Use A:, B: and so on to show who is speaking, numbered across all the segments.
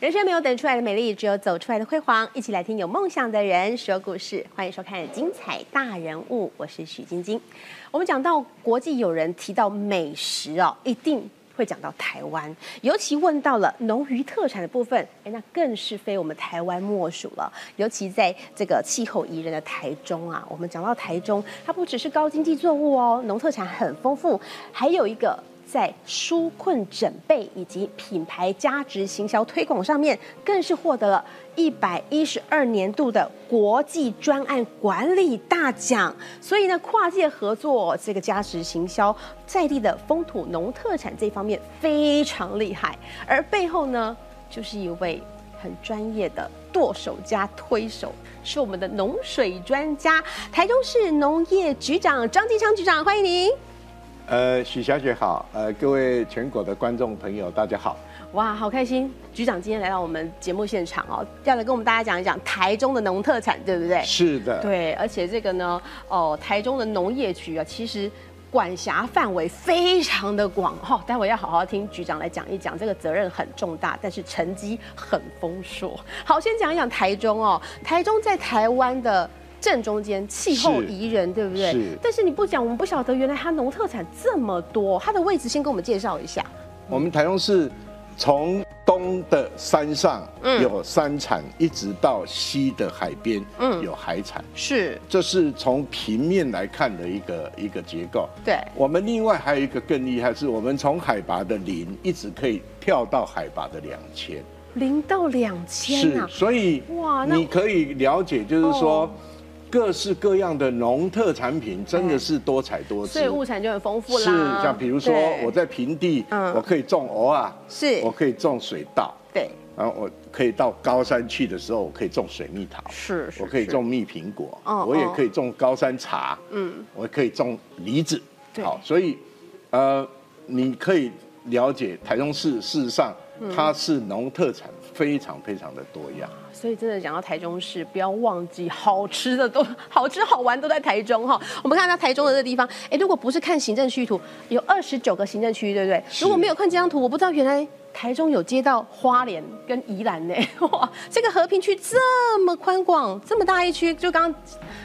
A: 人生没有等出来的美丽，只有走出来的辉煌。一起来听有梦想的人说故事，欢迎收看《精彩大人物》，我是许晶晶。我们讲到国际友人提到美食哦，一定会讲到台湾，尤其问到了农渔特产的部分，哎，那更是非我们台湾莫属了。尤其在这个气候宜人的台中啊，我们讲到台中，它不只是高经济作物哦，农特产很丰富，还有一个。在纾困整备以及品牌价值行销推广上面，更是获得了一百一十二年度的国际专案管理大奖。所以呢，跨界合作这个价值行销在地的风土农特产这方面非常厉害，而背后呢，就是一位很专业的剁手加推手，是我们的农水专家，台中市农业局长张金昌局长，欢迎您。
B: 呃，许小姐好，呃，各位全国的观众朋友，大家好。
A: 哇，好开心！局长今天来到我们节目现场哦，要来跟我们大家讲一讲台中的农特产，对不对？
B: 是的，
A: 哎对，而且这个呢，哦，台中的农业局啊，其实管辖范围非常的广哈、哦。待会要好好听局长来讲一讲，这个责任很重大，但是成绩很丰硕。好，先讲一讲台中哦，台中在台湾的。正中间，气候宜人，对不对？
B: 是
A: 但是你不讲，我们不晓得原来它农特产这么多，它的位置先给我们介绍一下。
B: 我们台中市从东的山上
A: 嗯
B: 有山产，一直到西的海边
A: 嗯
B: 有海产，
A: 是，
B: 这是从平面来看的一个一个结构。
A: 对，
B: 我们另外还有一个更厉害，是我们从海拔的零一直可以跳到海拔的两千。
A: 零到两千
B: 是
A: 啊，，
B: 所以
A: 哇那
B: 你可以了解，就是
A: 哦
B: 说，各式各样的农特产品真
A: 哎
B: 的是多彩多姿。
A: 所以物产就很丰富啦。
B: 是，像比如说
A: 对
B: 我在平地，
A: 嗯
B: 我可以种藕啊，
A: 是
B: 我可以种水稻，
A: 对
B: 然后我可以到高山去的时候，我可以种水蜜桃，
A: 是是
B: 我可以种蜜苹果
A: 哦，
B: 我也
A: 哦
B: 可以种高山茶，嗯，我可以种梨子，
A: 对
B: 好，所以呃，你可以了解台中市事实上
A: 嗯
B: 它是农特产非常非常的多样。
A: 所以真的讲到台中市，不要忘记好吃的都 好吃好玩都在台中哈。我们看到台中的这地方，哎，如果不是看行政区图，有二十九个行政区，对不对？
B: 是
A: 如果没有看这张图，我不知道原来台中有接到花莲跟宜兰呢。 哇，这个和平区这么宽广，这么大一区，就刚刚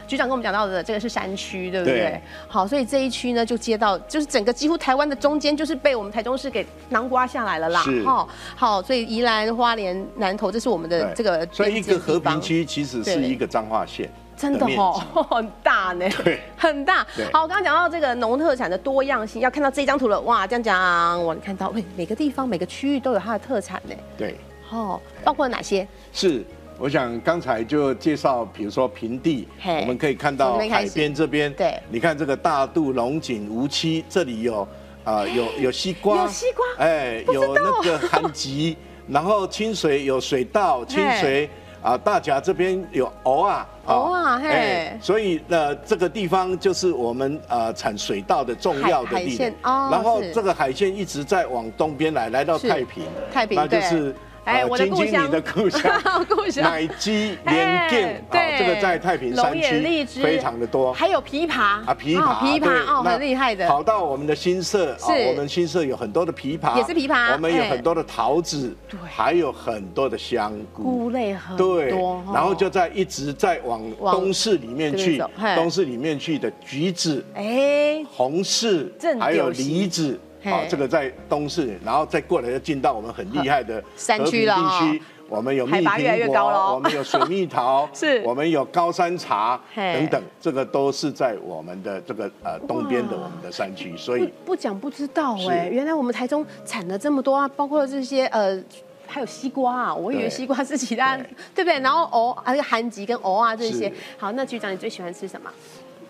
A: 局长跟我们讲到的，这个是山区，对不对？
B: 对
A: 好，所以这一区呢，就接到就是整个几乎台湾的中间，就是被我们台中市给囊括下来了啦。
B: 是
A: 哈，好，所以宜兰、花莲、南投，这是我们的
B: 对
A: 呃这个
B: 所以一个
A: 边界
B: 和平
A: 地方
B: 区其实是
A: 对
B: 一个彰化县，
A: 真的哦， 很大呢，
B: 对
A: 很大
B: 对。
A: 好，我刚刚讲到这个农特产的多样性，要看到这张图了，哇，这样讲，我看到，喂，哎每个地方每个区域都有它的特产呢，
B: 对。
A: 哦，包括哪些？
B: 是，我想刚才就介绍，比如说平地，
A: 嘿
B: 我们可以看
A: 从
B: 到
A: 这边开
B: 海
A: 始
B: 边这边，
A: 对
B: 你看这个大肚、龙井、无期，这里有啊、有有西瓜，
A: 有西瓜
B: 哎，
A: 不知道
B: 有那个寒 极，然后清水有水稻，清水啊、大甲这边有藕啊，
A: 藕啊嘿
B: 所以呃，这个地方就是我们呃产水稻的重要的
A: 海海
B: 地
A: 鲜
B: 点，
A: 哦
B: 然后
A: 是
B: 这个海鲜一直在往东边来，来到
A: 是
B: 太平，
A: 太平
B: 那就
A: 对
B: 是。
A: 哎
B: 呃
A: 我的
B: 金
A: 故
B: 经理
A: 乡
B: 的 故乡
A: 故乡
B: 奶鸡、莲
A: 哎
B: 剑，啊，这个在太平山
A: 龙眼荔
B: 区
A: 枝
B: 非常的多。
A: 还有枇杷
B: 啊，枇
A: 哦
B: 杷，
A: 枇
B: 对
A: 杷哦，
B: 那
A: 很厉害的，
B: 跑到我们的新社，啊
A: 是
B: 我们新社有很多的枇杷，
A: 也是枇杷
B: 我们有
A: 哎
B: 很多的桃子，
A: 对
B: 还有很多的香菇
A: 菇。类很多
B: 对，，
A: 哦
B: 然后就在一直在往
A: 往
B: 东市里面去
A: 这边走嘿，
B: 东市里面去的橘子、
A: 哎，
B: 红柿
A: 正，
B: 还有
A: 柳席
B: 梨子，
A: 嘿
B: 好，这个在东市，然后再过来就进到我们很厉害的
A: 山
B: 和平
A: 区了哦
B: 地区。我们有蜜
A: 海拔越来越
B: 苹
A: 高了，
B: 果，我们有水蜜桃
A: 是
B: 我们有高山茶
A: 嘿
B: 等等，这个都是在我们的这个呃东边的我们的山区，所
A: 不
B: 以
A: 不讲不知道
B: 是
A: 哎、原来我们台中产了这么多啊，包括这些呃。还有西瓜啊，我以为
B: 对
A: 西瓜是其他，对
B: 对
A: 不对？然后藕，还有韩吉跟藕啊这些
B: 是。
A: 好，那局长你最喜欢吃什么？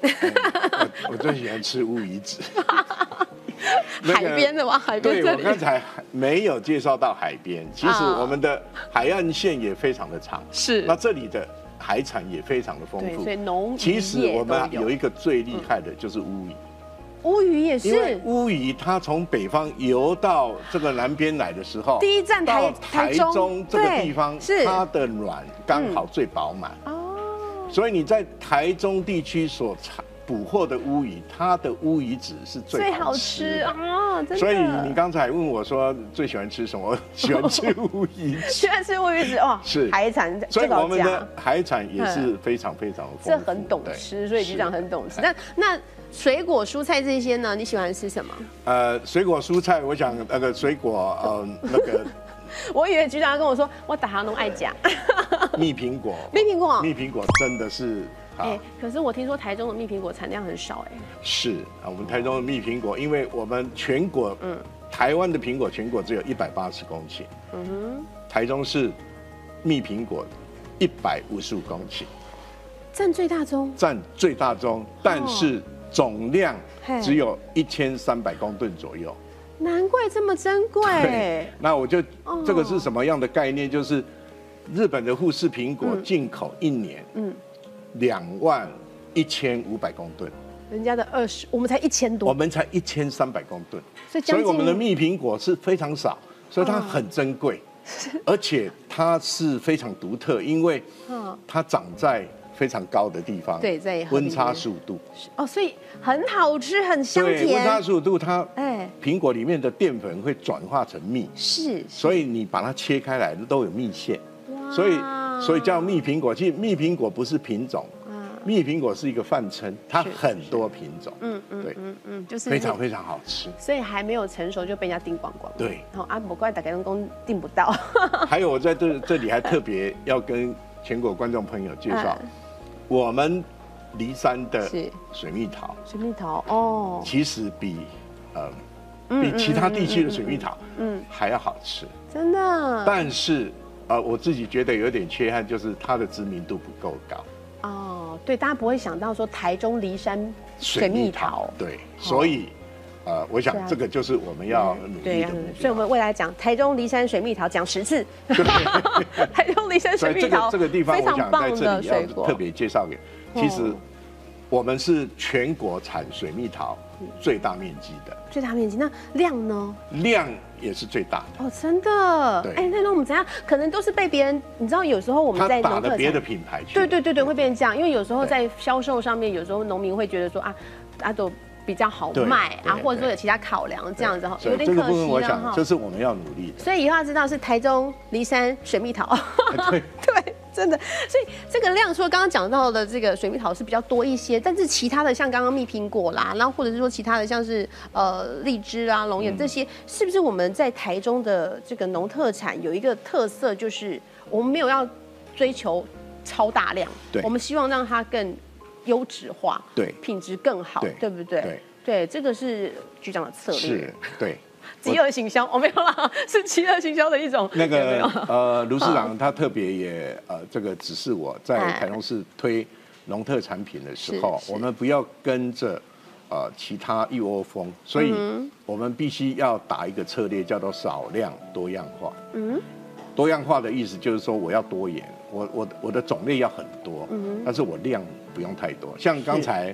B: 我我最喜欢吃乌鱼 子。那个
A: 海边的吗？海边
B: 对
A: 这
B: 我
A: 里
B: 刚才没有介绍到海边，其实
A: 啊
B: 我们的海岸线也非常的长，
A: 是
B: 那这里的海产也非常的丰
A: 对，
B: 富
A: 所以。农
B: 其实我们有
A: 一
B: 一个最厉害的就是乌鱼，
A: 乌鱼也
B: 因为
A: 嗯是
B: 乌鱼它从北方游到这个南边来的时候，
A: 第一站台
B: 到台
A: 台中
B: 中这个
A: 对
B: 地方，
A: 是
B: 它的卵刚好最饱满，
A: 哦，
B: 所以你在台中地区所产捕获的乌鱼，它的乌鱼子是最
A: 最
B: 好
A: 好
B: 吃
A: 吃
B: 的。
A: 啊！真的，
B: 所以你刚才问我说最喜欢吃什么？我喜欢吃乌鱼子。
A: 喜欢吃乌鱼子哇，
B: 是
A: 海产，
B: 所 以
A: 这个好
B: 我们的
A: 讲
B: 海产也是非常非常丰富
A: 这很懂
B: 对
A: 吃，所以局长
B: 是
A: 很懂吃。那那水果、蔬菜这些呢？你喜欢吃什么？
B: 呃，水果蔬菜，我想那个水 果，呃，那个
A: 我以为局长要跟我说，我打行都爱 讲。哎
B: 蜜苹果，
A: 蜜苹果
B: 蜜苹果真的是啊，
A: 哎，可是我听说台中的蜜苹果产量很少哎。
B: 是啊，我们台中的蜜苹果，因为我们全国，嗯，台湾的苹果全国只有一百八十公顷，嗯哼，台中市蜜苹果一百五十五公顷，
A: 占最大宗，
B: 占最大宗，但是总量
A: 哦嘿
B: 只有一千三百公吨左右。
A: 难怪这么珍
B: 对
A: 贵，。
B: 那我就
A: 哦
B: 这个是什么样的概念？就是日本的富士苹
A: 嗯
B: 果进口一年，嗯，两万一千五百公吨，
A: 人家的二十，我们才一千
B: 我
A: 多，
B: 们才一千三百公吨，
A: 所以将
B: 所以
A: 近
B: 我们的蜜苹果是非常少，所以它很珍贵，而且它是非常独特，因为
A: 嗯
B: 它长在非常高的地方，
A: 对在河
B: 温
A: 里
B: 差
A: 面
B: 十五度，
A: 哦，所以很好吃，很香
B: 对，温差
A: 甜。
B: 十五度，它
A: 哎，
B: 苹果里面的淀粉会转化成蜜，
A: 是，
B: 所以你把它切开来都有蜜馅，
A: 哇
B: 所以所以叫蜜苹果。其实蜜苹果不是品种，
A: 啊，
B: 蜜苹果是一个泛称，它
A: 是
B: 很多品种，
A: 嗯嗯
B: 对，
A: 嗯嗯，就是
B: 非常非常好 吃。
A: 所以还没有成熟就被人家订光光。
B: 对
A: 然后啊，不怪打开工订不到。
B: 还有我在这这里还特别要跟全国观众朋友介绍
A: 嗯，
B: 我们骊山的
A: 是
B: 水蜜桃
A: 水蜜桃哦，
B: 其实比呃
A: 嗯
B: 比
A: 嗯
B: 其他地区的水蜜桃
A: 嗯，
B: 还要好吃，
A: 真的
B: 但是呃我自己觉得有点缺憾，就是它的知名度不够高。
A: 哦，对，大家不会想到说台中骊山水蜜桃。哦
B: 对，所以，呃，我
A: 对啊
B: 想这个就是我们要努力
A: 嗯对呀
B: 的目，
A: 所以我
B: 标。
A: 们未来讲台中骊山水蜜桃讲十次， 台中骊山
B: 啊所
A: 水
B: 以
A: 蜜
B: 这
A: 桃
B: 个这个地方，
A: 非
B: 我
A: 常
B: 想在
A: 棒
B: 这
A: 的
B: 里
A: 水
B: 要
A: 果，
B: 特别介绍给。其实
A: 哦，
B: 我们是全国产水蜜桃最大面积的，
A: 最大面积。那量呢？
B: 量也是最大的。
A: 哦，真的
B: 对，
A: 哎，那那我们怎样？可能都是被别人，你知道，有时候我们
B: 它
A: 在
B: 打
A: 农特
B: 了
A: 产
B: 别的品牌去，
A: 对对对对，会变成这样，因为有时候
B: 对
A: 在销售上面，有时候农民会觉得说啊，啊都比较好
B: 对
A: 卖啊，
B: 对
A: 或者说
B: 对
A: 有其他考量这样子哈，
B: 所
A: 有
B: 以
A: 点
B: 这个
A: 可
B: 部分我
A: 惜了
B: 想，
A: 哈
B: 这。是我们要努力的。
A: 所以以后要知道是台中骊山水蜜桃，
B: 对，
A: 对，真的。所以这个量除了刚刚讲到的这个水蜜桃是比较多一些，但是其他的像刚刚蜜苹果啦，然后或者是说其他的像是呃荔枝啊、龙
B: 嗯
A: 眼这些，是不是我们在台中的这个农特产有一个特色，就是我们没有要追求超大量，
B: 对
A: 我们希望让它更优质化，
B: 对
A: 品质更好，
B: 对
A: 对不对？
B: 对，
A: 这个是局长的策略，
B: 是，对。
A: 饥饿行销，我、哦没有啦， 是饥饿行销的一种，
B: 那
A: 有没
B: 个
A: 有嗯
B: 呃，卢市长他特别也呃，这个指示我在
A: 哎
B: 台中市推农特产品的时候，
A: 是是
B: 我们不要跟着呃其他一窝蜂，所
A: 嗯
B: 以我们必须要打一个策略，叫做少量多样化。
A: 嗯，
B: 多样化的意思就是说，我要多元，我我我的种类要很多，
A: 嗯
B: 但是我量不用太多。像刚才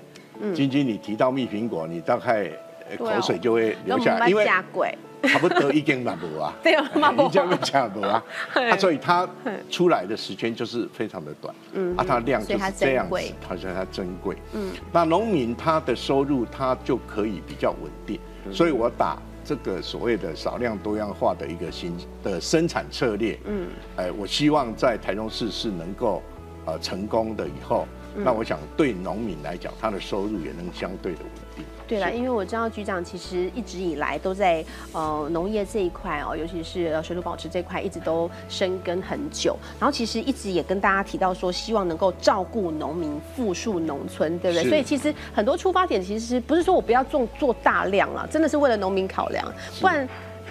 B: 晶晶你提到蜜苹果，你大概呃
A: 嗯对啊
B: 口水就会流下来，
A: 那
B: 因
A: 我们
B: 为
A: 假鬼。
B: 差不多已经嘛无啊
A: ，对啊嘛无啊
B: 已经嘛 无啊，啊，所以它出来的时间就是非常的短，嗯，啊，它的量
A: 所
B: 就
A: 以它
B: 是这
A: 珍
B: 样子
A: 贵，
B: 它说它珍贵，嗯，那农民他的收入他就可以比较稳定，
A: 嗯
B: 所以我打这个所谓的少量多样化的一个新的生产策略，嗯，哎，我希望在台中市是能够呃成功的以后，
A: 嗯
B: 那我想对农民来讲，他的收入也能相对的稳定，
A: 对了，因为我知道局长其实一直以来都在呃农业这一块哦，尤其是呃水土保持这块，一直都深耕很久。然后其实一直也跟大家提到说，希望能够照顾农民、富庶农村，对不对？
B: 是
A: 所以其实很多出发点其实不是说我不要种做大量了，真的是为了农民考量，不然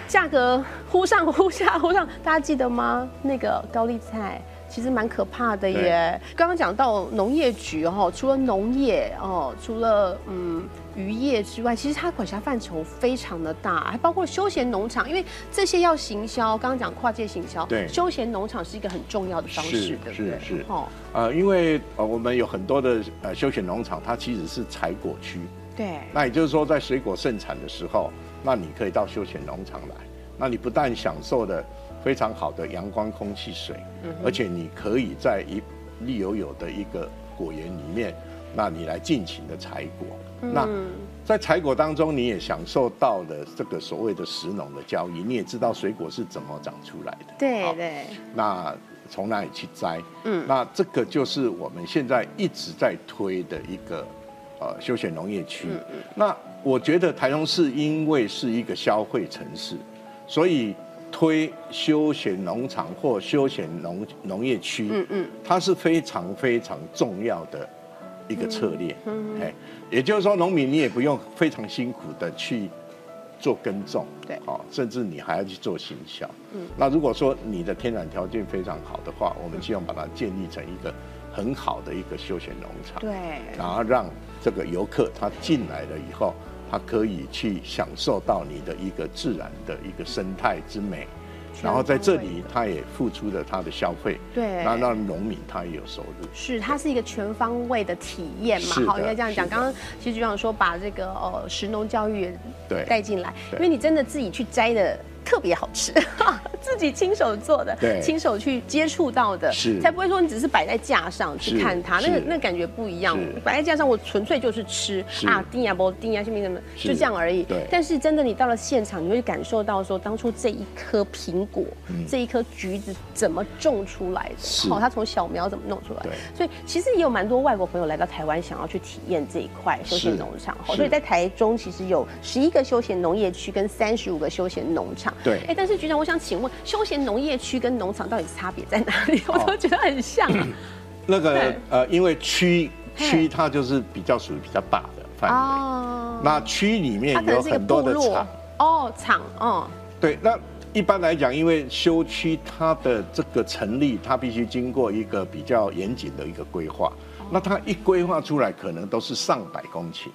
A: 价格忽上忽下忽上，大家记得吗？那个高丽菜。其实蛮可怕的耶。刚刚讲到农业局哦，除了农业哦，除了嗯渔业之外，其实它管辖范畴非常的大，还包括休闲农场，因为这些要行销。刚刚讲跨界行销，
B: 对
A: 休闲农场是一个很重要的方式
B: 是，
A: 对不对？
B: 是是
A: 哦，
B: 呃，因为呃，我们有很多的呃休闲农场，它其实是采果区。
A: 对，
B: 那也就是说，在水果盛产的时候，那你可以到休闲农场来，那你不但享受了非常好的阳光、空气、水，而且你可以在一绿油油的一个果园里面，那你来尽情的采果。那在采果当中，你也享受到了这个所谓的食农的交易，你也知道水果是怎么长出来的。
A: 对
B: 好
A: 对，
B: 那从哪里去摘？
A: 嗯
B: 那这个就是我们现在一直在推的一个呃休闲农业区。那我觉得台中市因为是一个消费城市，所以推休闲农场或休闲农农业区，
A: 嗯嗯，
B: 它是非常非常重要的一个策略。
A: 嗯
B: 哎，也就是说，农民你也不用非常辛苦的去做耕种，
A: 对
B: 好，甚至你还要去做行销。嗯，那如果说你的天然条件非常好的话，我们希望把它建立成一个很好的一个休闲农场，
A: 对，
B: 然后让这个游客他进来了以后，他可以去享受到你的一个自然的一个生态之美。然后在这里，他也付出了他的消费，
A: 对
B: 那让农民他也有收入。
A: 是，它是一个全方位的体验嘛
B: 是，的
A: 好，应该这样讲。
B: 是的
A: 刚刚其实局长说把这个呃食农教育也
B: 对
A: 带进来，因
B: 对
A: 为你真的自己去摘的特别好吃，自己亲手做的，
B: 对
A: 亲手去接触到的，
B: 是
A: 才不会说你只是摆在架上去
B: 是
A: 看它，那个
B: 是
A: 那感觉不一样
B: 是。
A: 摆在架上我纯粹就是吃
B: 是
A: 啊，丁呀不丁呀，什么什么，
B: 是
A: 就这样而已。
B: 对
A: 但是真的你到了现场，你会感受到说当初这一颗苹果，这一颗橘子怎么种出来
B: 嗯是
A: 的，好，它从小苗怎么弄出来的
B: 对。
A: 所以其实也有蛮多外国朋友来到台湾，想要去体验这一块休闲农场。
B: 是
A: 哦所以在台中其实有十一个休闲农业区跟三十五个休闲农场。
B: 对
A: 哎，但是局长，我想请问，休闲农业区跟农场到底差别在哪里？
B: 哦
A: 我都觉得很像啊。
B: 那个
A: 对
B: 呃，因为区
A: 嘿
B: 区它就是比较属于比较大的范围，
A: 哦，
B: 那区里面
A: 它可
B: 有
A: 能是一个
B: 很
A: 部
B: 多的
A: 落
B: 厂，
A: 哦，厂哦，
B: 对，那一般来讲，因为休区它的这个成立，它必须经过一个比较严谨的一个规划，
A: 哦
B: 那它一规划出来，可能都是上百公顷，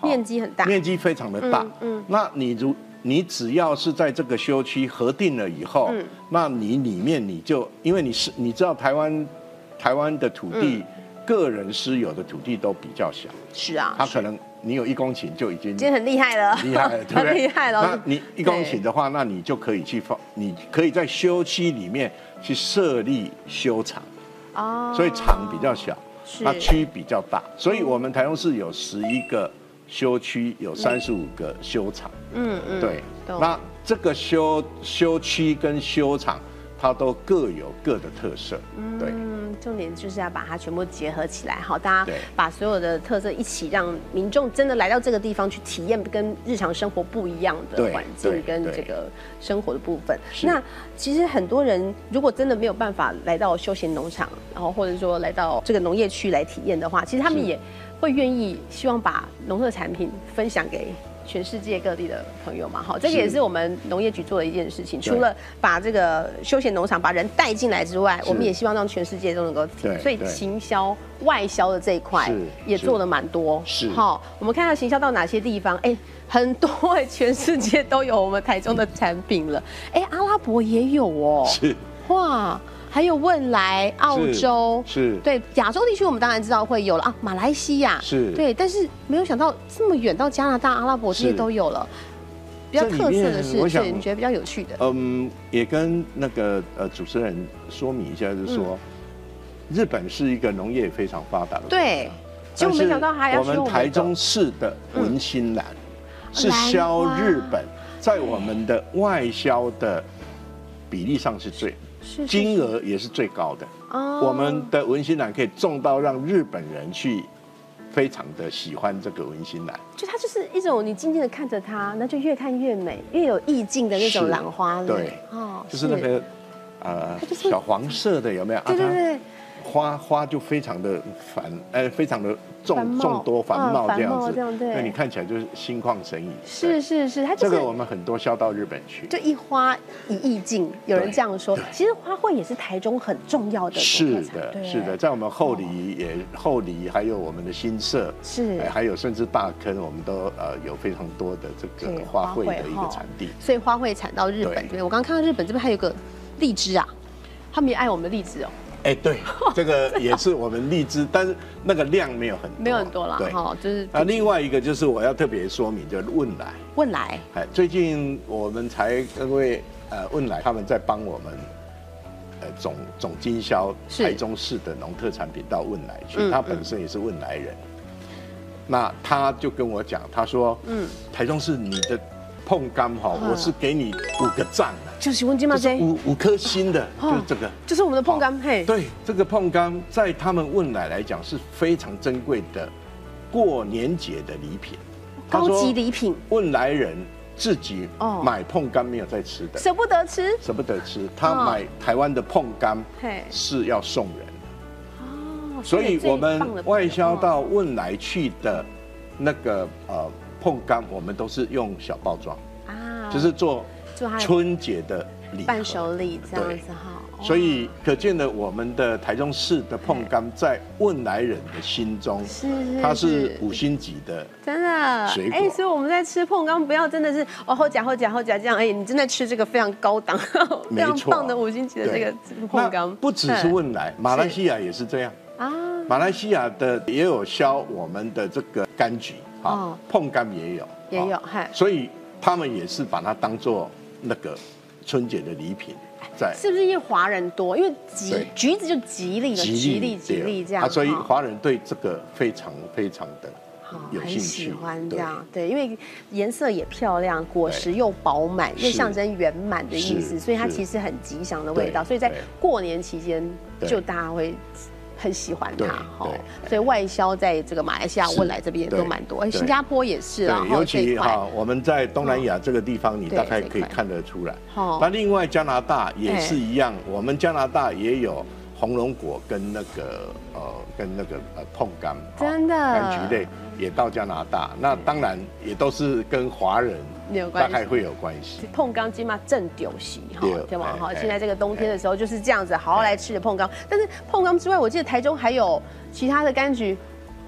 B: 好
A: 面积很大。
B: 面积非常的大
A: 嗯，嗯
B: 那你如你只要是在这个休区核定了以后，
A: 嗯
B: 那你里面你就因为你是你知道台湾台湾的土地、
A: 嗯
B: 个人私有的土地都比较小，
A: 是啊，
B: 它可能你有一公顷就已经
A: 今天很厉害了，
B: 厉害了，对不对？
A: 很 厉害了
B: 那。你一公顷的话，那你就可以去放，你可以在休期里面去设立修厂，
A: 哦
B: 所以厂比较小，
A: 是
B: 那区比较大，所以我们台中市有十一个修区，有三十五个修厂。
A: 嗯嗯，
B: 对，
A: 懂
B: 那这个修修区跟修厂，它都各有各的特色。对，
A: 嗯，重点就是要把它全部结合起来，好，大家
B: 对
A: 把所有的特色一起，让民众真的来到这个地方去体验跟日常生活不一样的
B: 对
A: 环境
B: 对
A: 跟这
B: 对
A: 个生活的部分。
B: 是
A: 那其实很多人如果真的没有办法来到休闲农场，然后或者说来到这个农业区来体验的话，其实他们
B: 是
A: 也会愿意希望把农特产品分享给。全世界各地的朋友嘛，好，这个
B: 是
A: 也是我们农业局做的一件事情。除
B: 对
A: 了把这个休闲农场把人带进来之外，
B: 是
A: 我们也希望让全世界都能够听
B: 对
A: 所以
B: 对
A: 行销外销的这一块
B: 是
A: 也做的蛮多。
B: 是
A: 好，我们看看行销到哪些地方？哎，很多哎，全世界都有我们台中的产品了。哎，阿拉伯也有哦，
B: 是
A: 哇，还有汶莱、澳洲。
B: 是
A: 对亚洲地区，我们当然知道会有了啊，马来西亚
B: 是
A: 对，但是没有想到这么远到加拿大、阿拉伯这些
B: 是
A: 都有了。比较特色的
B: 这
A: 是
B: 里，面我想
A: 对，你觉得比较有趣的，
B: 嗯，也跟那个呃主持人说明一下，就是
A: 嗯
B: 说，日本是一个农业非常发达的国家，
A: 对。结
B: 但
A: 果
B: 是
A: 没想到还要
B: 我
A: 说我
B: 们
A: 们
B: 台
A: 的嗯哦
B: 中市的文心兰是
A: 兰
B: 销
A: 花
B: 日本，在我们的外销的比例上是最
A: 是是
B: 金额也是最高的。
A: 哦
B: 我们的文心兰可以种到让日本人去非常的喜欢这个文心兰。
A: 就它就是一种你静静的看着它，那就越看越美，越有意境的那种
B: 是
A: 兰花了。
B: 对
A: 哦
B: 就是那个呃
A: 它就是
B: 小黄色的有没有？啊
A: 对对
B: 它
A: 对
B: 花花就非常的繁，呃，非常的
A: 繁
B: 众
A: 茂
B: 众多繁
A: 嗯
B: 茂
A: 繁
B: 这样
A: 茂
B: 子，
A: 这样对
B: 那你看起来就是心旷神怡。
A: 是
B: 对，
A: 是是，它就
B: 这
A: 是
B: 个我们很多销到日本去。
A: 就一花一意境，有人
B: 对
A: 这样说
B: 对。
A: 其实花卉也是台中很重要的
B: 是
A: 农特产
B: 的，
A: 对
B: 是的，在我们后里也后里，还有我们的新社，
A: 是
B: 哎还有甚至大坑，我们都呃有非常多的这个
A: 对
B: 花卉的一
A: 花卉
B: 个
A: 哈
B: 产地。
A: 所以花卉产到日本
B: 对
A: 这边。我刚刚看到日本这边还有个荔枝啊，他们也爱我们的荔枝哦，
B: 哎， 对，这个也是我们荔枝，但是那个量没有很多
A: 没有很多啦
B: 对，
A: 哈，就是
B: 啊，另外一个就是我要特别说明，就是汶莱，
A: 汶莱
B: 哎，最近我们才各位呃汶莱他们在帮我们，呃总总经销
A: 是
B: 台中市的农特产品到汶莱去，
A: 嗯
B: 他本身也是汶莱人。那他就跟我讲，他说，嗯，台中市你的碰柑哈，
A: 嗯
B: 我是给你五个赞的，
A: 就是温金嘛
B: 就是
A: 这，
B: 五五颗星的，就
A: 哦
B: 是这个。
A: 就是我们的碰柑
B: 好
A: 嘿，
B: 对，这个碰柑在他们汶莱来讲是非常珍贵的过年节的礼品，他
A: 高
B: 说
A: 级礼品，
B: 汶莱人自己
A: 哦
B: 买碰柑没有在吃的，
A: 舍不得吃
B: 舍不得吃，
A: 哦
B: 他买台湾的碰柑
A: 嘿
B: 是要送人的。
A: 哦，
B: 所以我
A: 最棒的
B: 们
A: 朋友
B: 外销到汶莱去的那个呃碰柑，我们都是用小包装，
A: 啊，
B: 就是做
A: 做它的
B: 春节的礼盒
A: 伴手礼这样
B: 对
A: 子哈，哦哇
B: 所以可见的，我们的台中市的碰柑在汶莱人的心中，
A: 是是
B: 它是五星级的。
A: 真的，
B: 水果
A: 哎、所以我们在吃碰柑，不要真的是哦后夹后夹后夹这样，哎、你正在吃这个非常高档、 非
B: 没
A: 常
B: 错
A: 棒的五星级的这个
B: 对
A: 碰柑
B: 那，不只是汶莱，马来西亚也是这样。
A: 嗯啊，
B: 马来西亚的也有销我们的这个柑橘
A: 哦
B: 啊，碰柑也有，
A: 也有
B: 啊
A: 嗨
B: 所以他们也是把它当做那个春节的礼品在
A: 是不是因为华人多？因为吉
B: 对
A: 橘子就吉利了，吉利吉
B: 对
A: 利这样，哦
B: 啊，所以
A: 哈
B: 华人对这个非常非常的
A: 哦
B: 有
A: 很
B: 兴
A: 喜
B: 趣，
A: 欢这
B: 对
A: 样，对，因为颜色也漂亮，果实又饱满，又
B: 是
A: 象征圆满的意思，
B: 是
A: 所以它
B: 是
A: 其实很吉祥的味道，
B: 对
A: 所以在
B: 对
A: 过年期间
B: 对
A: 就大家会。很喜欢它
B: 对
A: 哈
B: 对，
A: 所以外销在这个马来西亚、
B: 是
A: 汶莱这边也
B: 对
A: 都蛮多，哎，
B: 对
A: 新加坡也是啊，
B: 对，
A: 哈
B: 尤
A: 这一
B: 其
A: 块
B: 哈，我们在东南亚这个地方，你
A: 对
B: 大概可
A: 这一
B: 以
A: 块
B: 看得出来。
A: 哦
B: 那另外加拿大也是一样，我们加拿大也有红龙果跟那个呃跟那个呃碰柑，哦
A: 真的
B: 柑橘类也到加拿大。那当然也都是跟华人
A: 有关
B: 大
A: 系
B: 概会有关系。
A: 碰柑鸡嘛正酒席哈
B: 对，
A: 对吧？
B: 哎
A: 哈，
B: 哎
A: 现在这个冬天的时候就是这样子，好好来吃的碰柑。但是碰柑之外，我记得台中还有其他的柑橘，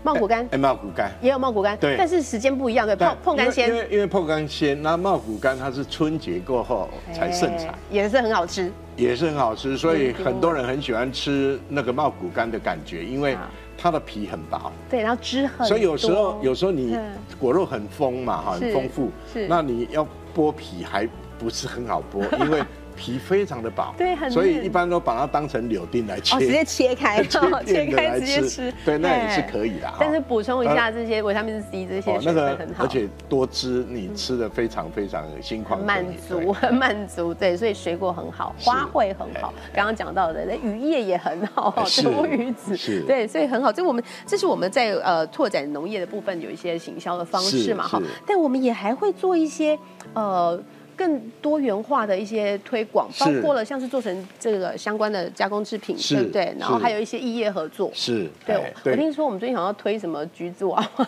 A: 茂谷柑
B: 哎，茂谷柑。
A: 也有茂谷柑，
B: 对
A: 但是时间不一样，对，碰碰
B: 但
A: 柑
B: 因
A: 先
B: 为因。为因为碰柑鲜，那茂谷柑它是春节过后才盛产
A: 哎，也是很好吃。
B: 也是很好吃，所以
A: 嗯
B: 很多人很喜欢吃那个茂谷柑的感觉，因为
A: 啊
B: 它的皮很薄，
A: 对，然后汁很多
B: 所以有时候有时候你
A: 嗯
B: 果肉很丰嘛，哈，
A: 是
B: 很丰富
A: 是，
B: 那你要剥皮还不是很好 剥，因为皮非常的薄，
A: 对很嫩
B: 所以一般都把它当成柳丁来切，
A: 哦，直接切开， 哦
B: 切
A: 切
B: 片的
A: 开
B: 来
A: 直接吃
B: 吃，，对，那也是
A: 哎
B: 可以的哈。
A: 但是补充一下这些维他命 C 这些
B: 哦，
A: 水
B: 那
A: 分
B: 个
A: 很好，
B: 而且多汁，你吃的非常非常心旷
A: 很
B: 神怡
A: 满
B: 哦对
A: 足，很满足。对，所以水果很好，
B: 是
A: 花卉很好
B: 哎，
A: 刚刚讲到的那渔业也很好，
B: 哎是
A: 对乌鱼子，
B: 是
A: 对，所以很好。这我们这是我们在呃拓展农业的部分有一些行销的方式嘛
B: 是
A: 哈
B: 是，
A: 但我们也还会做一些呃。更多元化的一些推广，
B: 是
A: 包括了像是做成这个相关的加工制品，
B: 是
A: 对不对？然后
B: 是
A: 还有一些异业合作。
B: 是，
A: 对
B: 哎，
A: 我听说我们最近想要推什么橘子娃娃，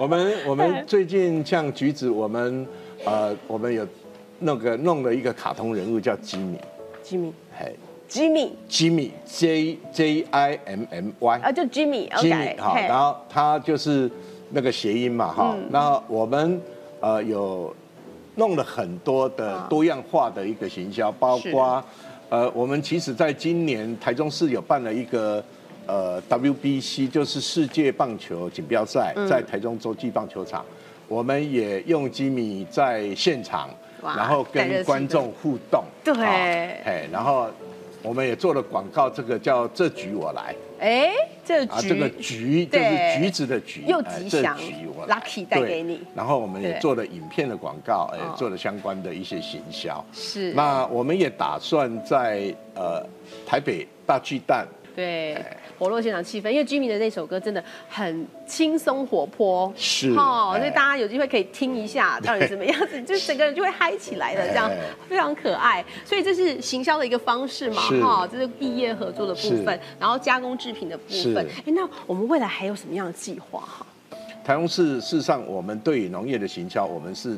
B: 我们 我们
A: 嗯
B: 最近像橘子，我们呃，我们有那个弄了一个卡通人物叫 吉米，
A: Jimmy
B: 嘿，
A: Jimmy
B: 吉米 J J I M M Y，
A: 啊，就 Jimmy，
B: 吉
A: OK，
B: 米哈，然后他就是那个谐音嘛哈，
A: 嗯
B: 那我们呃有弄了很多的多样化的一个行销，包括呃我们其实在今年台中市有办了一个。呃，WBC 就是世界棒球锦标赛，
A: 嗯
B: 在台中洲际棒球场，我们也用吉米在现场，
A: 哇
B: 然后
A: 太热
B: 跟
A: 情
B: 观
A: 了
B: 众互动，
A: 对
B: 好哎，然后我们也做了广告，这个叫“这局我来”，
A: 哎，这
B: 啊，
A: 橘
B: 这个橘就是
A: 对
B: 橘子的橘，
A: 又
B: 哎
A: 吉
B: 这
A: 祥
B: 橘我
A: lucky 带给你
B: 对然后我们也
A: 对
B: 做了影片的广告，哎
A: 哦，
B: 做了相关的一些行销。
A: 是
B: 那我们也打算在呃台北大巨蛋，
A: 对活络现场气氛，因为 Jimmy 的那首歌真的很轻松活泼，
B: 是
A: 哦，
B: 哎
A: 所以大家有机会可以听一下到底怎么样 子，就整个人就会嗨起来了，这样
B: 哎
A: 非常可爱。所以这是行销的一个方式嘛，
B: 是
A: 哈，这是异业合作的部分
B: 是，
A: 然后加工制品的部分。
B: 是
A: 哎，那我们未来还有什么样的计划哈？
B: 台中市事实上我们对于农业的行销，我们是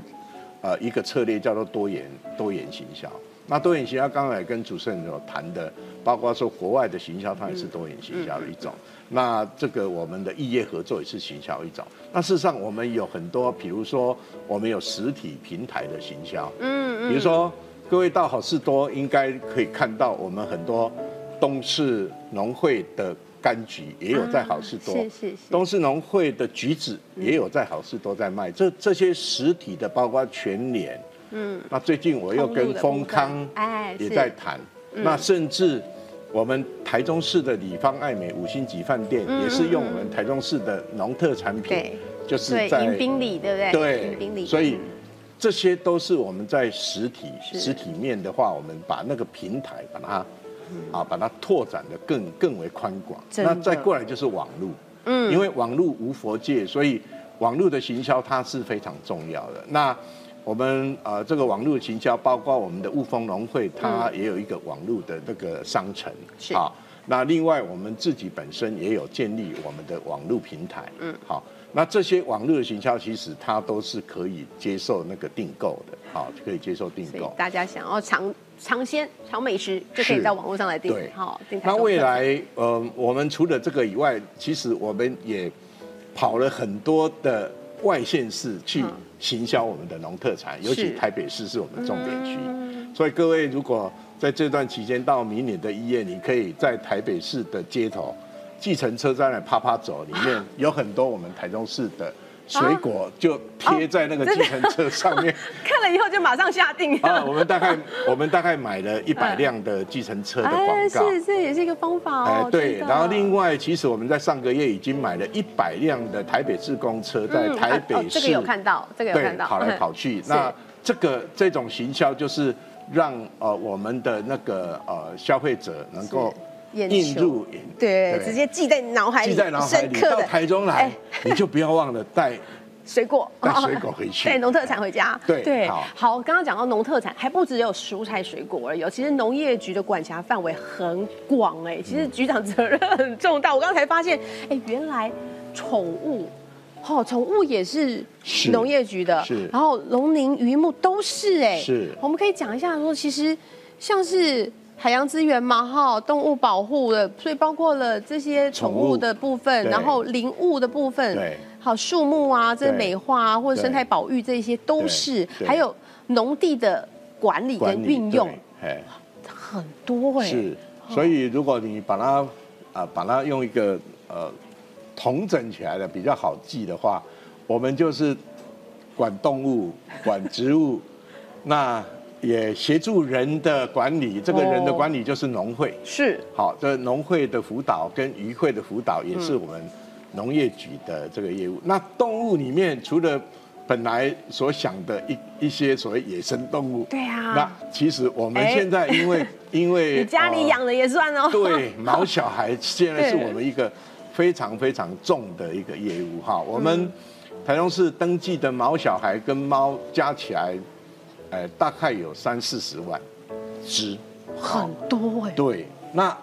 B: 呃一个策略叫做多元多元行销。那多元行销刚才也跟主持人有谈的，包括说国外的行销，它也是多元行销的一种。那这个我们的异业合作也是行销一种。那事实上我们有很多，比如说我们有实体平台的行销，嗯嗯，比如说各位到好事多应该可以看到我们很多东市农会的柑橘也有在好事多，
A: 啊是是是
B: 东市农会的橘子也有在好事多在卖，这这些实体的包括全联，嗯，那最近我又
A: 通路
B: 跟
A: 的
B: 丰
A: 部分
B: 康
A: 哎
B: 也
A: 是嗯
B: 在谈，那甚至我们台中市的里芳爱美五星级饭店也是用我们台中市的农特产品
A: 嗯对，
B: 就是
A: 对，
B: 在
A: 迎宾礼，对不对？迎宾礼，
B: 对，所以这些都是我们在实体
A: 是
B: 实体面的话，我们把那个平台把它啊把它拓展的更更为宽广。
A: 嗯真的
B: 那再过来就是网络，
A: 嗯
B: 因为网络无佛界，所以网络的行销它是非常重要的。那我们呃这个网络行销，包括我们的雾峰农会，它也有一个网络的那个商城
A: 是
B: 啊。那另外我们自己本身也有建立我们的网络平台，嗯，好。那这些网络的行销，其实它都是可以接受那个订购的，好，可以接受订
A: 所以
B: 购。
A: 大家想要尝尝鲜、尝美食，就可以
B: 是
A: 到网络上来订
B: 对，
A: 好，订台
B: 那
A: 中
B: 未
A: 特产
B: 来，呃，我们除了这个以外，其实我们也跑了很多的外县市去
A: 嗯
B: 行销我们的农特产，尤其
A: 是嗯
B: 台北市是我们重点区。所以各位如果在这段期间到明年的一月，你可以在台北市的街头、计程车站的啪啪走里
A: 啊
B: 面，有很多我们台中市的水果就贴在那个
A: 哦真
B: 计
A: 的
B: 程车上 面。
A: 看了以后就马上下定。
B: 啊，我们大概我们大概买了一百辆的计程车的广告，
A: 哎是，这也是一个方法
B: 哎
A: 哦。，
B: 对，
A: 真的
B: 然后另外，其实我们在上个月已经买了一百辆的台北市公车，在
A: 嗯
B: 台
A: 啊哦
B: 北
A: 这
B: 市、
A: 个有看到，这个有看
B: 对
A: 到，
B: 跑来 跑去
A: 嗯。
B: 那
A: 是
B: 这个这种行销就是让呃我们的那个呃消费者能够
A: 是眼
B: 映
A: 球
B: 入眼，
A: 对，直接记在脑海里，
B: 记在脑海
A: 深
B: 里。
A: 刻
B: 到
A: 的
B: 台中来
A: 哎，哦
B: 你就不要忘了 带
A: 水果，
B: 带水果回去
A: 对，农特产回家。
B: 对好
A: 好，刚刚讲到农特产，还不只有蔬菜水果而已哦，其实农业局的管辖范围很广
B: 嗯
A: 哎，其实局长责任很重大。我刚才发现，哎，原来宠物。哦，宠物也是
B: 是
A: 农业局的，
B: 是
A: 然后农林渔牧都是哎，
B: 是
A: 我们可以讲一下说，其实像是海洋资源嘛，哈，动物保护的，所以包括了这些宠
B: 宠
A: 物
B: 物
A: 的部分，
B: 对
A: 然后林务的部分，
B: 对
A: 好树木啊，这
B: 对
A: 美化啊，或者
B: 对
A: 生态保育这些都是，
B: 对
A: 还有农地的管理
B: 管
A: 跟
B: 理
A: 运用，
B: 对哎，
A: 很多哎、
B: 是，所以如果你把它啊、把它用一个呃统整起来的比较好记的话，我们就是管动物、管植 物，那也协助人的管理。这个人的
A: 哦
B: 管理就是农会。
A: 是
B: 好，这农会的辅导跟渔会的辅导也是我们农业局的这个业务。那动物里面，除了本来所想的一一些所谓野生动物，
A: 对啊
B: 那其实我们
A: 哎
B: 现在因为、因为
A: 你家里
B: 呃
A: 养的也算 哦，
B: 对，毛小孩现在是
A: 对
B: 我们一个非常非常重的一个业务哈。
A: 嗯
B: 我们台中市登记的毛小孩跟猫加起来，呃，大概有三四十万只。
A: 很多哎、
B: 对，那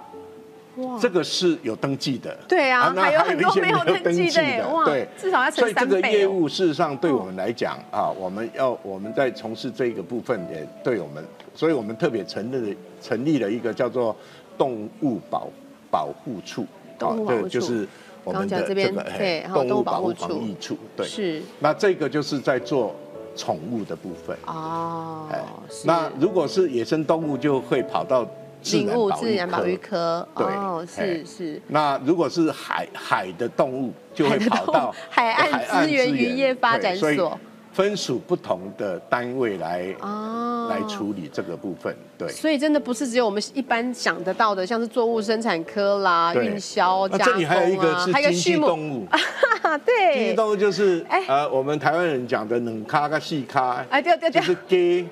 A: 哇
B: 这个是有登记的。
A: 对啊
B: 那
A: 还有很
B: 一
A: 多
B: 些
A: 没有登记的耶哇
B: 对，
A: 至少要乘
B: 所以这个
A: 三倍哦嗯
B: 业务事实上对我们来讲啊，我们要我们在从事这个部分也对我们，所以我们特别成立了成立了一个叫做动物保保护处，
A: 动物保护
B: 这个就
A: 处
B: 是我们
A: 刚
B: 的
A: 讲这
B: 这
A: 边
B: 个
A: 对
B: 嘿
A: 还有
B: 动
A: 动物
B: 物
A: 保
B: 保
A: 护
B: 护
A: 处
B: 防疫处，对，
A: 是
B: 那这个就是在做宠物的部分。
A: 哦
B: 哎，
A: 是
B: 那如果是野生动物，就会跑到自
A: 林
B: 然
A: 务
B: 保
A: 自
B: 育
A: 然保育
B: 科
A: 科，
B: 对
A: 哦，
B: 哎
A: 是是。
B: 那如果是海海的动物，就会
A: 海的
B: 跑
A: 动物
B: 到
A: 海岸资源渔业发展
B: 对所以
A: 所
B: 分属不同的单位来
A: 哦
B: 来处理这个部分。对，
A: 所以真的不是只有我们一般想得到的，像是作物生产科啦、
B: 对
A: 运销、
B: 那
A: 加
B: 这里还有一
A: 工
B: 个
A: 哦啊，
B: 是
A: 还有
B: 经
A: 畜
B: 济
A: 牧，
B: 动 物，
A: 哈，
B: 经济
A: 对，
B: 动物就是
A: 哎
B: 呃我们台湾人讲的冷咖跟细咖，
A: 哎对对对
B: 就是鸡、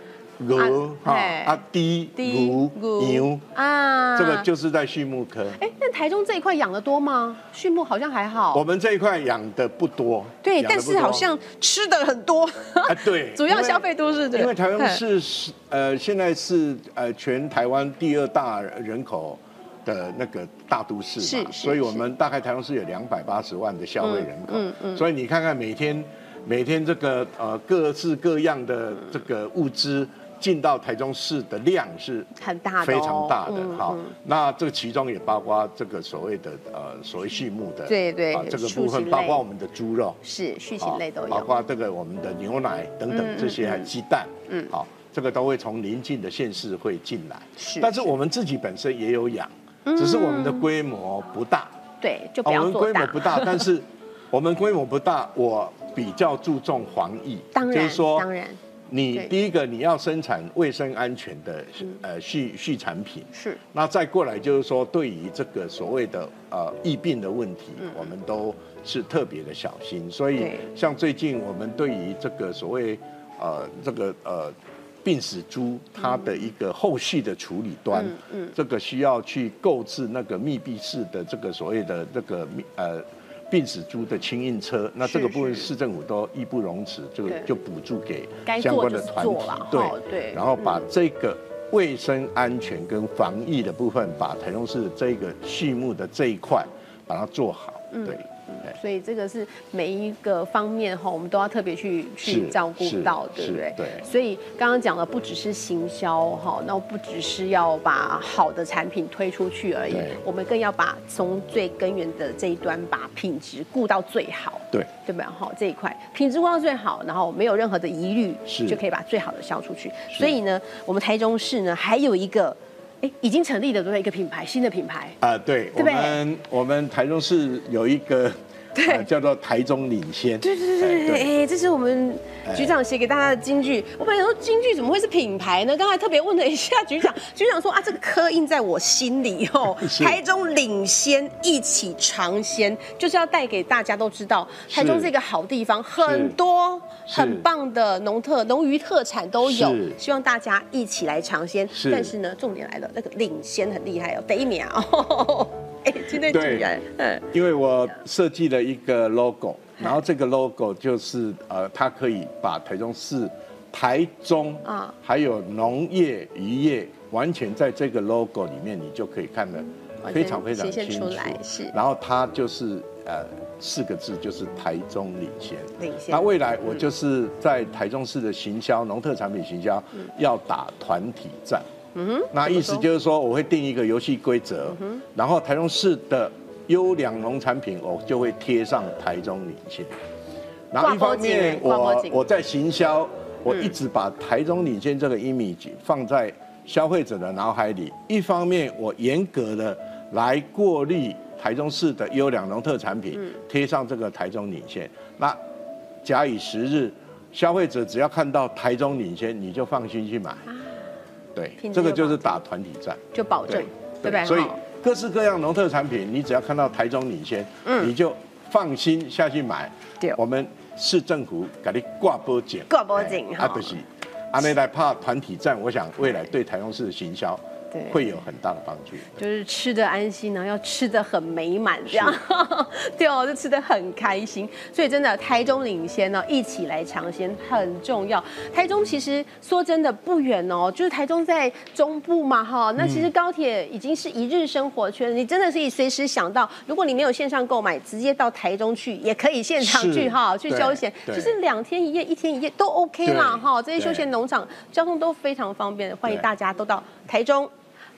B: 鹅
A: 啊
B: 哈
A: 哎
B: 啊猪、
A: 低
B: 牛、牛，
A: 啊，
B: 这个就是在畜牧科。
A: 哎，那台中这一块养的多吗？畜牧好像还
B: 我
A: 好，
B: 们这一块养的不多，
A: 对，
B: 养得
A: 但
B: 不
A: 是好
B: 多
A: 像吃的很多，
B: 啊，对，
A: 主要
B: 因为
A: 消费都是这个
B: 因为台
A: 嗯
B: 湾是是呃，现在是呃全台湾第二大人口的那个大都市嘛
A: 是，是
B: 所以我们大概台湾是有两百八十万的消费人口，
A: 嗯嗯
B: 所以你看看每天每天这个呃各式各样的这个物资进到台中市的量是
A: 很大的哦
B: 非常大的
A: 嗯
B: 哈、那这其中也包括这个所谓的呃所谓畜牧的
A: 对对
B: 啊这个
A: 畜
B: 部分
A: 禽，
B: 包
A: 类
B: 括我们的猪肉。
A: 是畜禽
B: 好，
A: 类都
B: 啊包
A: 有，
B: 括这个我们的牛奶等等
A: 嗯
B: 这些，还鸡蛋，
A: 嗯
B: 嗯，好，这个都会从邻近的县市会进来，
A: 是
B: 但是我们自己本身也有养，只是我们的规模不大，
A: 对，就
B: 啊
A: 不
B: 我
A: 要
B: 们
A: 做
B: 规模
A: 大，
B: 不 大，但是我们规模不大，我比较注重防疫，
A: 当
B: 就
A: 然
B: 是说
A: 当然
B: 你
A: 对嗯
B: 第一个你要生产卫生安全的呃畜畜产品，
A: 是
B: 那再过来就是说，对于这个所谓的呃疫病的问题，我们都是特别的小心。所以
A: 嗯对
B: 像最近我们对于这个所谓呃这个呃病死猪它的一个后续的处理端，嗯，这个需要去购置那个密闭式的这个所谓的那个密呃。病死猪的清运车，那这个
A: 是
B: 部分
A: 是
B: 市政府都义不容辞，就
A: 对
B: 就补助给
A: 该
B: 相
A: 做
B: 关
A: 就
B: 的
A: 是
B: 团体
A: 做了，
B: 对
A: 哈，对
B: 然后把这个卫生安全跟防疫的部分，把台中市这个畜牧的这一块把它做好，
A: 嗯
B: 对，哎
A: 所以这个是每一个方面哈，我们都要特别去去
B: 是
A: 照顾
B: 是
A: 到，对
B: 是
A: 不对？
B: 对
A: 所以刚刚讲的不只是行销哈，那不只是要把好的产品推出去而已
B: 对，
A: 我们更要把从最根源的这一端把品质顾到最好。
B: 对，
A: 对吧？好，这一块品质顾到最好，然后没有任何的疑虑，
B: 是
A: 就可以把最好的销出去。所以呢，我们台中市呢还有一个，哎，已经成立的对一个品牌，新的品牌，
B: 啊，对，我
A: 不对
B: 们我们台中市有一个
A: 对
B: 呃叫做台中领先，
A: 对对对对
B: 哎
A: 对，哎、这是我们局长写给大家的金句。我本来想说金句怎么会是品牌呢？刚才特别问了一下局长， 局长说啊，这个刻印在我心里哦。
B: 是
A: 台中领先，一起尝鲜，就是要带给大家都知道，
B: 是
A: 台中是一个好地方，很多
B: 是
A: 很棒的农特、农渔特产都有
B: 是，
A: 希望大家一起来尝鲜。
B: 是
A: 但是呢，重点来了，那个领先很厉害哦，得一秒。 哎、今天居然，嗯，
B: 因为我设计了一个 logo，然后这个 logo 就是呃，它可以把台中市、台中
A: 啊
B: 啊，还有农业、渔业，完全在这个 logo 里面，你就可以看得
A: 完全
B: 非常非常
A: 显
B: 清
A: 现
B: 楚
A: 出来是。
B: 然后它就是呃四个字，就是台中领先。
A: 领先
B: 那。未来啊
A: 嗯
B: 我就是在台中市的行销，农特产品行销
A: 嗯
B: 要打团体战。嗯那意思就是说，我会定一个游戏规则，
A: 嗯
B: 然后台中市的优良农产品，我就会贴上台中领先。然后一
A: 挂钩
B: 方面
A: 景，挂钩嗯
B: 我
A: 景
B: 我在行销，我一直把台中领先这个 image 放在消费者的脑海里。一方面，我严格的来过滤台中市的优良农特产品，
A: 嗯
B: 贴上这个台中领先。那假以时日，消费者只要看到台中领先，你就放心去买。对
A: 啊品，质
B: 这个
A: 有
B: 就是
A: 保证
B: 打团体战。
A: 就保证，对不对？
B: 所以
A: 哈
B: 各式各样农特产品，你只要看到台中领先，你就放心下去买。
A: 嗯对
B: 我们市政府给你挂波景，
A: 挂保证
B: 哎
A: 哈
B: 啊，不是，阿内来怕团体战，我想未来对台中市的行销
A: 对
B: 会有很大的帮助。
A: 就是吃的安心，然后要吃的很美满，这样 对哦，就吃的很开心。所以真的，台中领先呢、一起来尝鲜很重要。台中其实说真的不远哦，就是台中在中部嘛哈、
B: 嗯
A: 那其实高铁已经是一日生活圈了，你真的是随时想到，如果你没有线上购买，直接到台中去也可以现场
B: 是
A: 去哈，去
B: 对
A: 休闲，
B: 对
A: 就是两天一夜、一天一夜都 OK 啦
B: 对
A: 哈。这些休闲
B: 对
A: 农场交通都非常方便，欢迎
B: 对
A: 大家都到台中，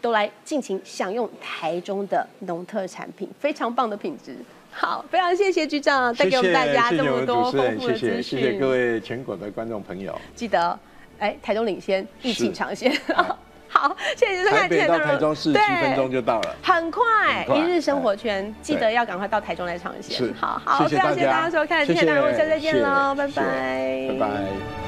A: 都来尽情享用台中的农特产品，非常棒的品质。好，非常谢谢局长带
B: 谢
A: 给我们
B: 谢，
A: 大家
B: 谢
A: 这
B: 谢我
A: 么
B: 们
A: 多
B: 主持
A: 丰
B: 人，
A: 富的
B: 谢
A: 资
B: 谢，
A: 讯。
B: 谢谢各位全国的观众朋友。
A: 记得，哎，台中领先，一起
B: 是
A: 尝鲜。 好，谢谢收看《今
B: 台北
A: 天
B: 到
A: 的
B: 台中市七
A: 对
B: 分钟就到了。
A: 很快，
B: 很快
A: 一日生活圈，记得
B: 对
A: 要赶快到台中来尝鲜
B: 是。
A: 好好，
B: 谢
A: 非
B: 谢
A: 常
B: 大
A: 谢谢大家
B: 家
A: 收看，
B: 谢
A: 今天的
B: 谢
A: 我们下次再见喽，拜
B: 谢谢
A: 拜，
B: 拜拜。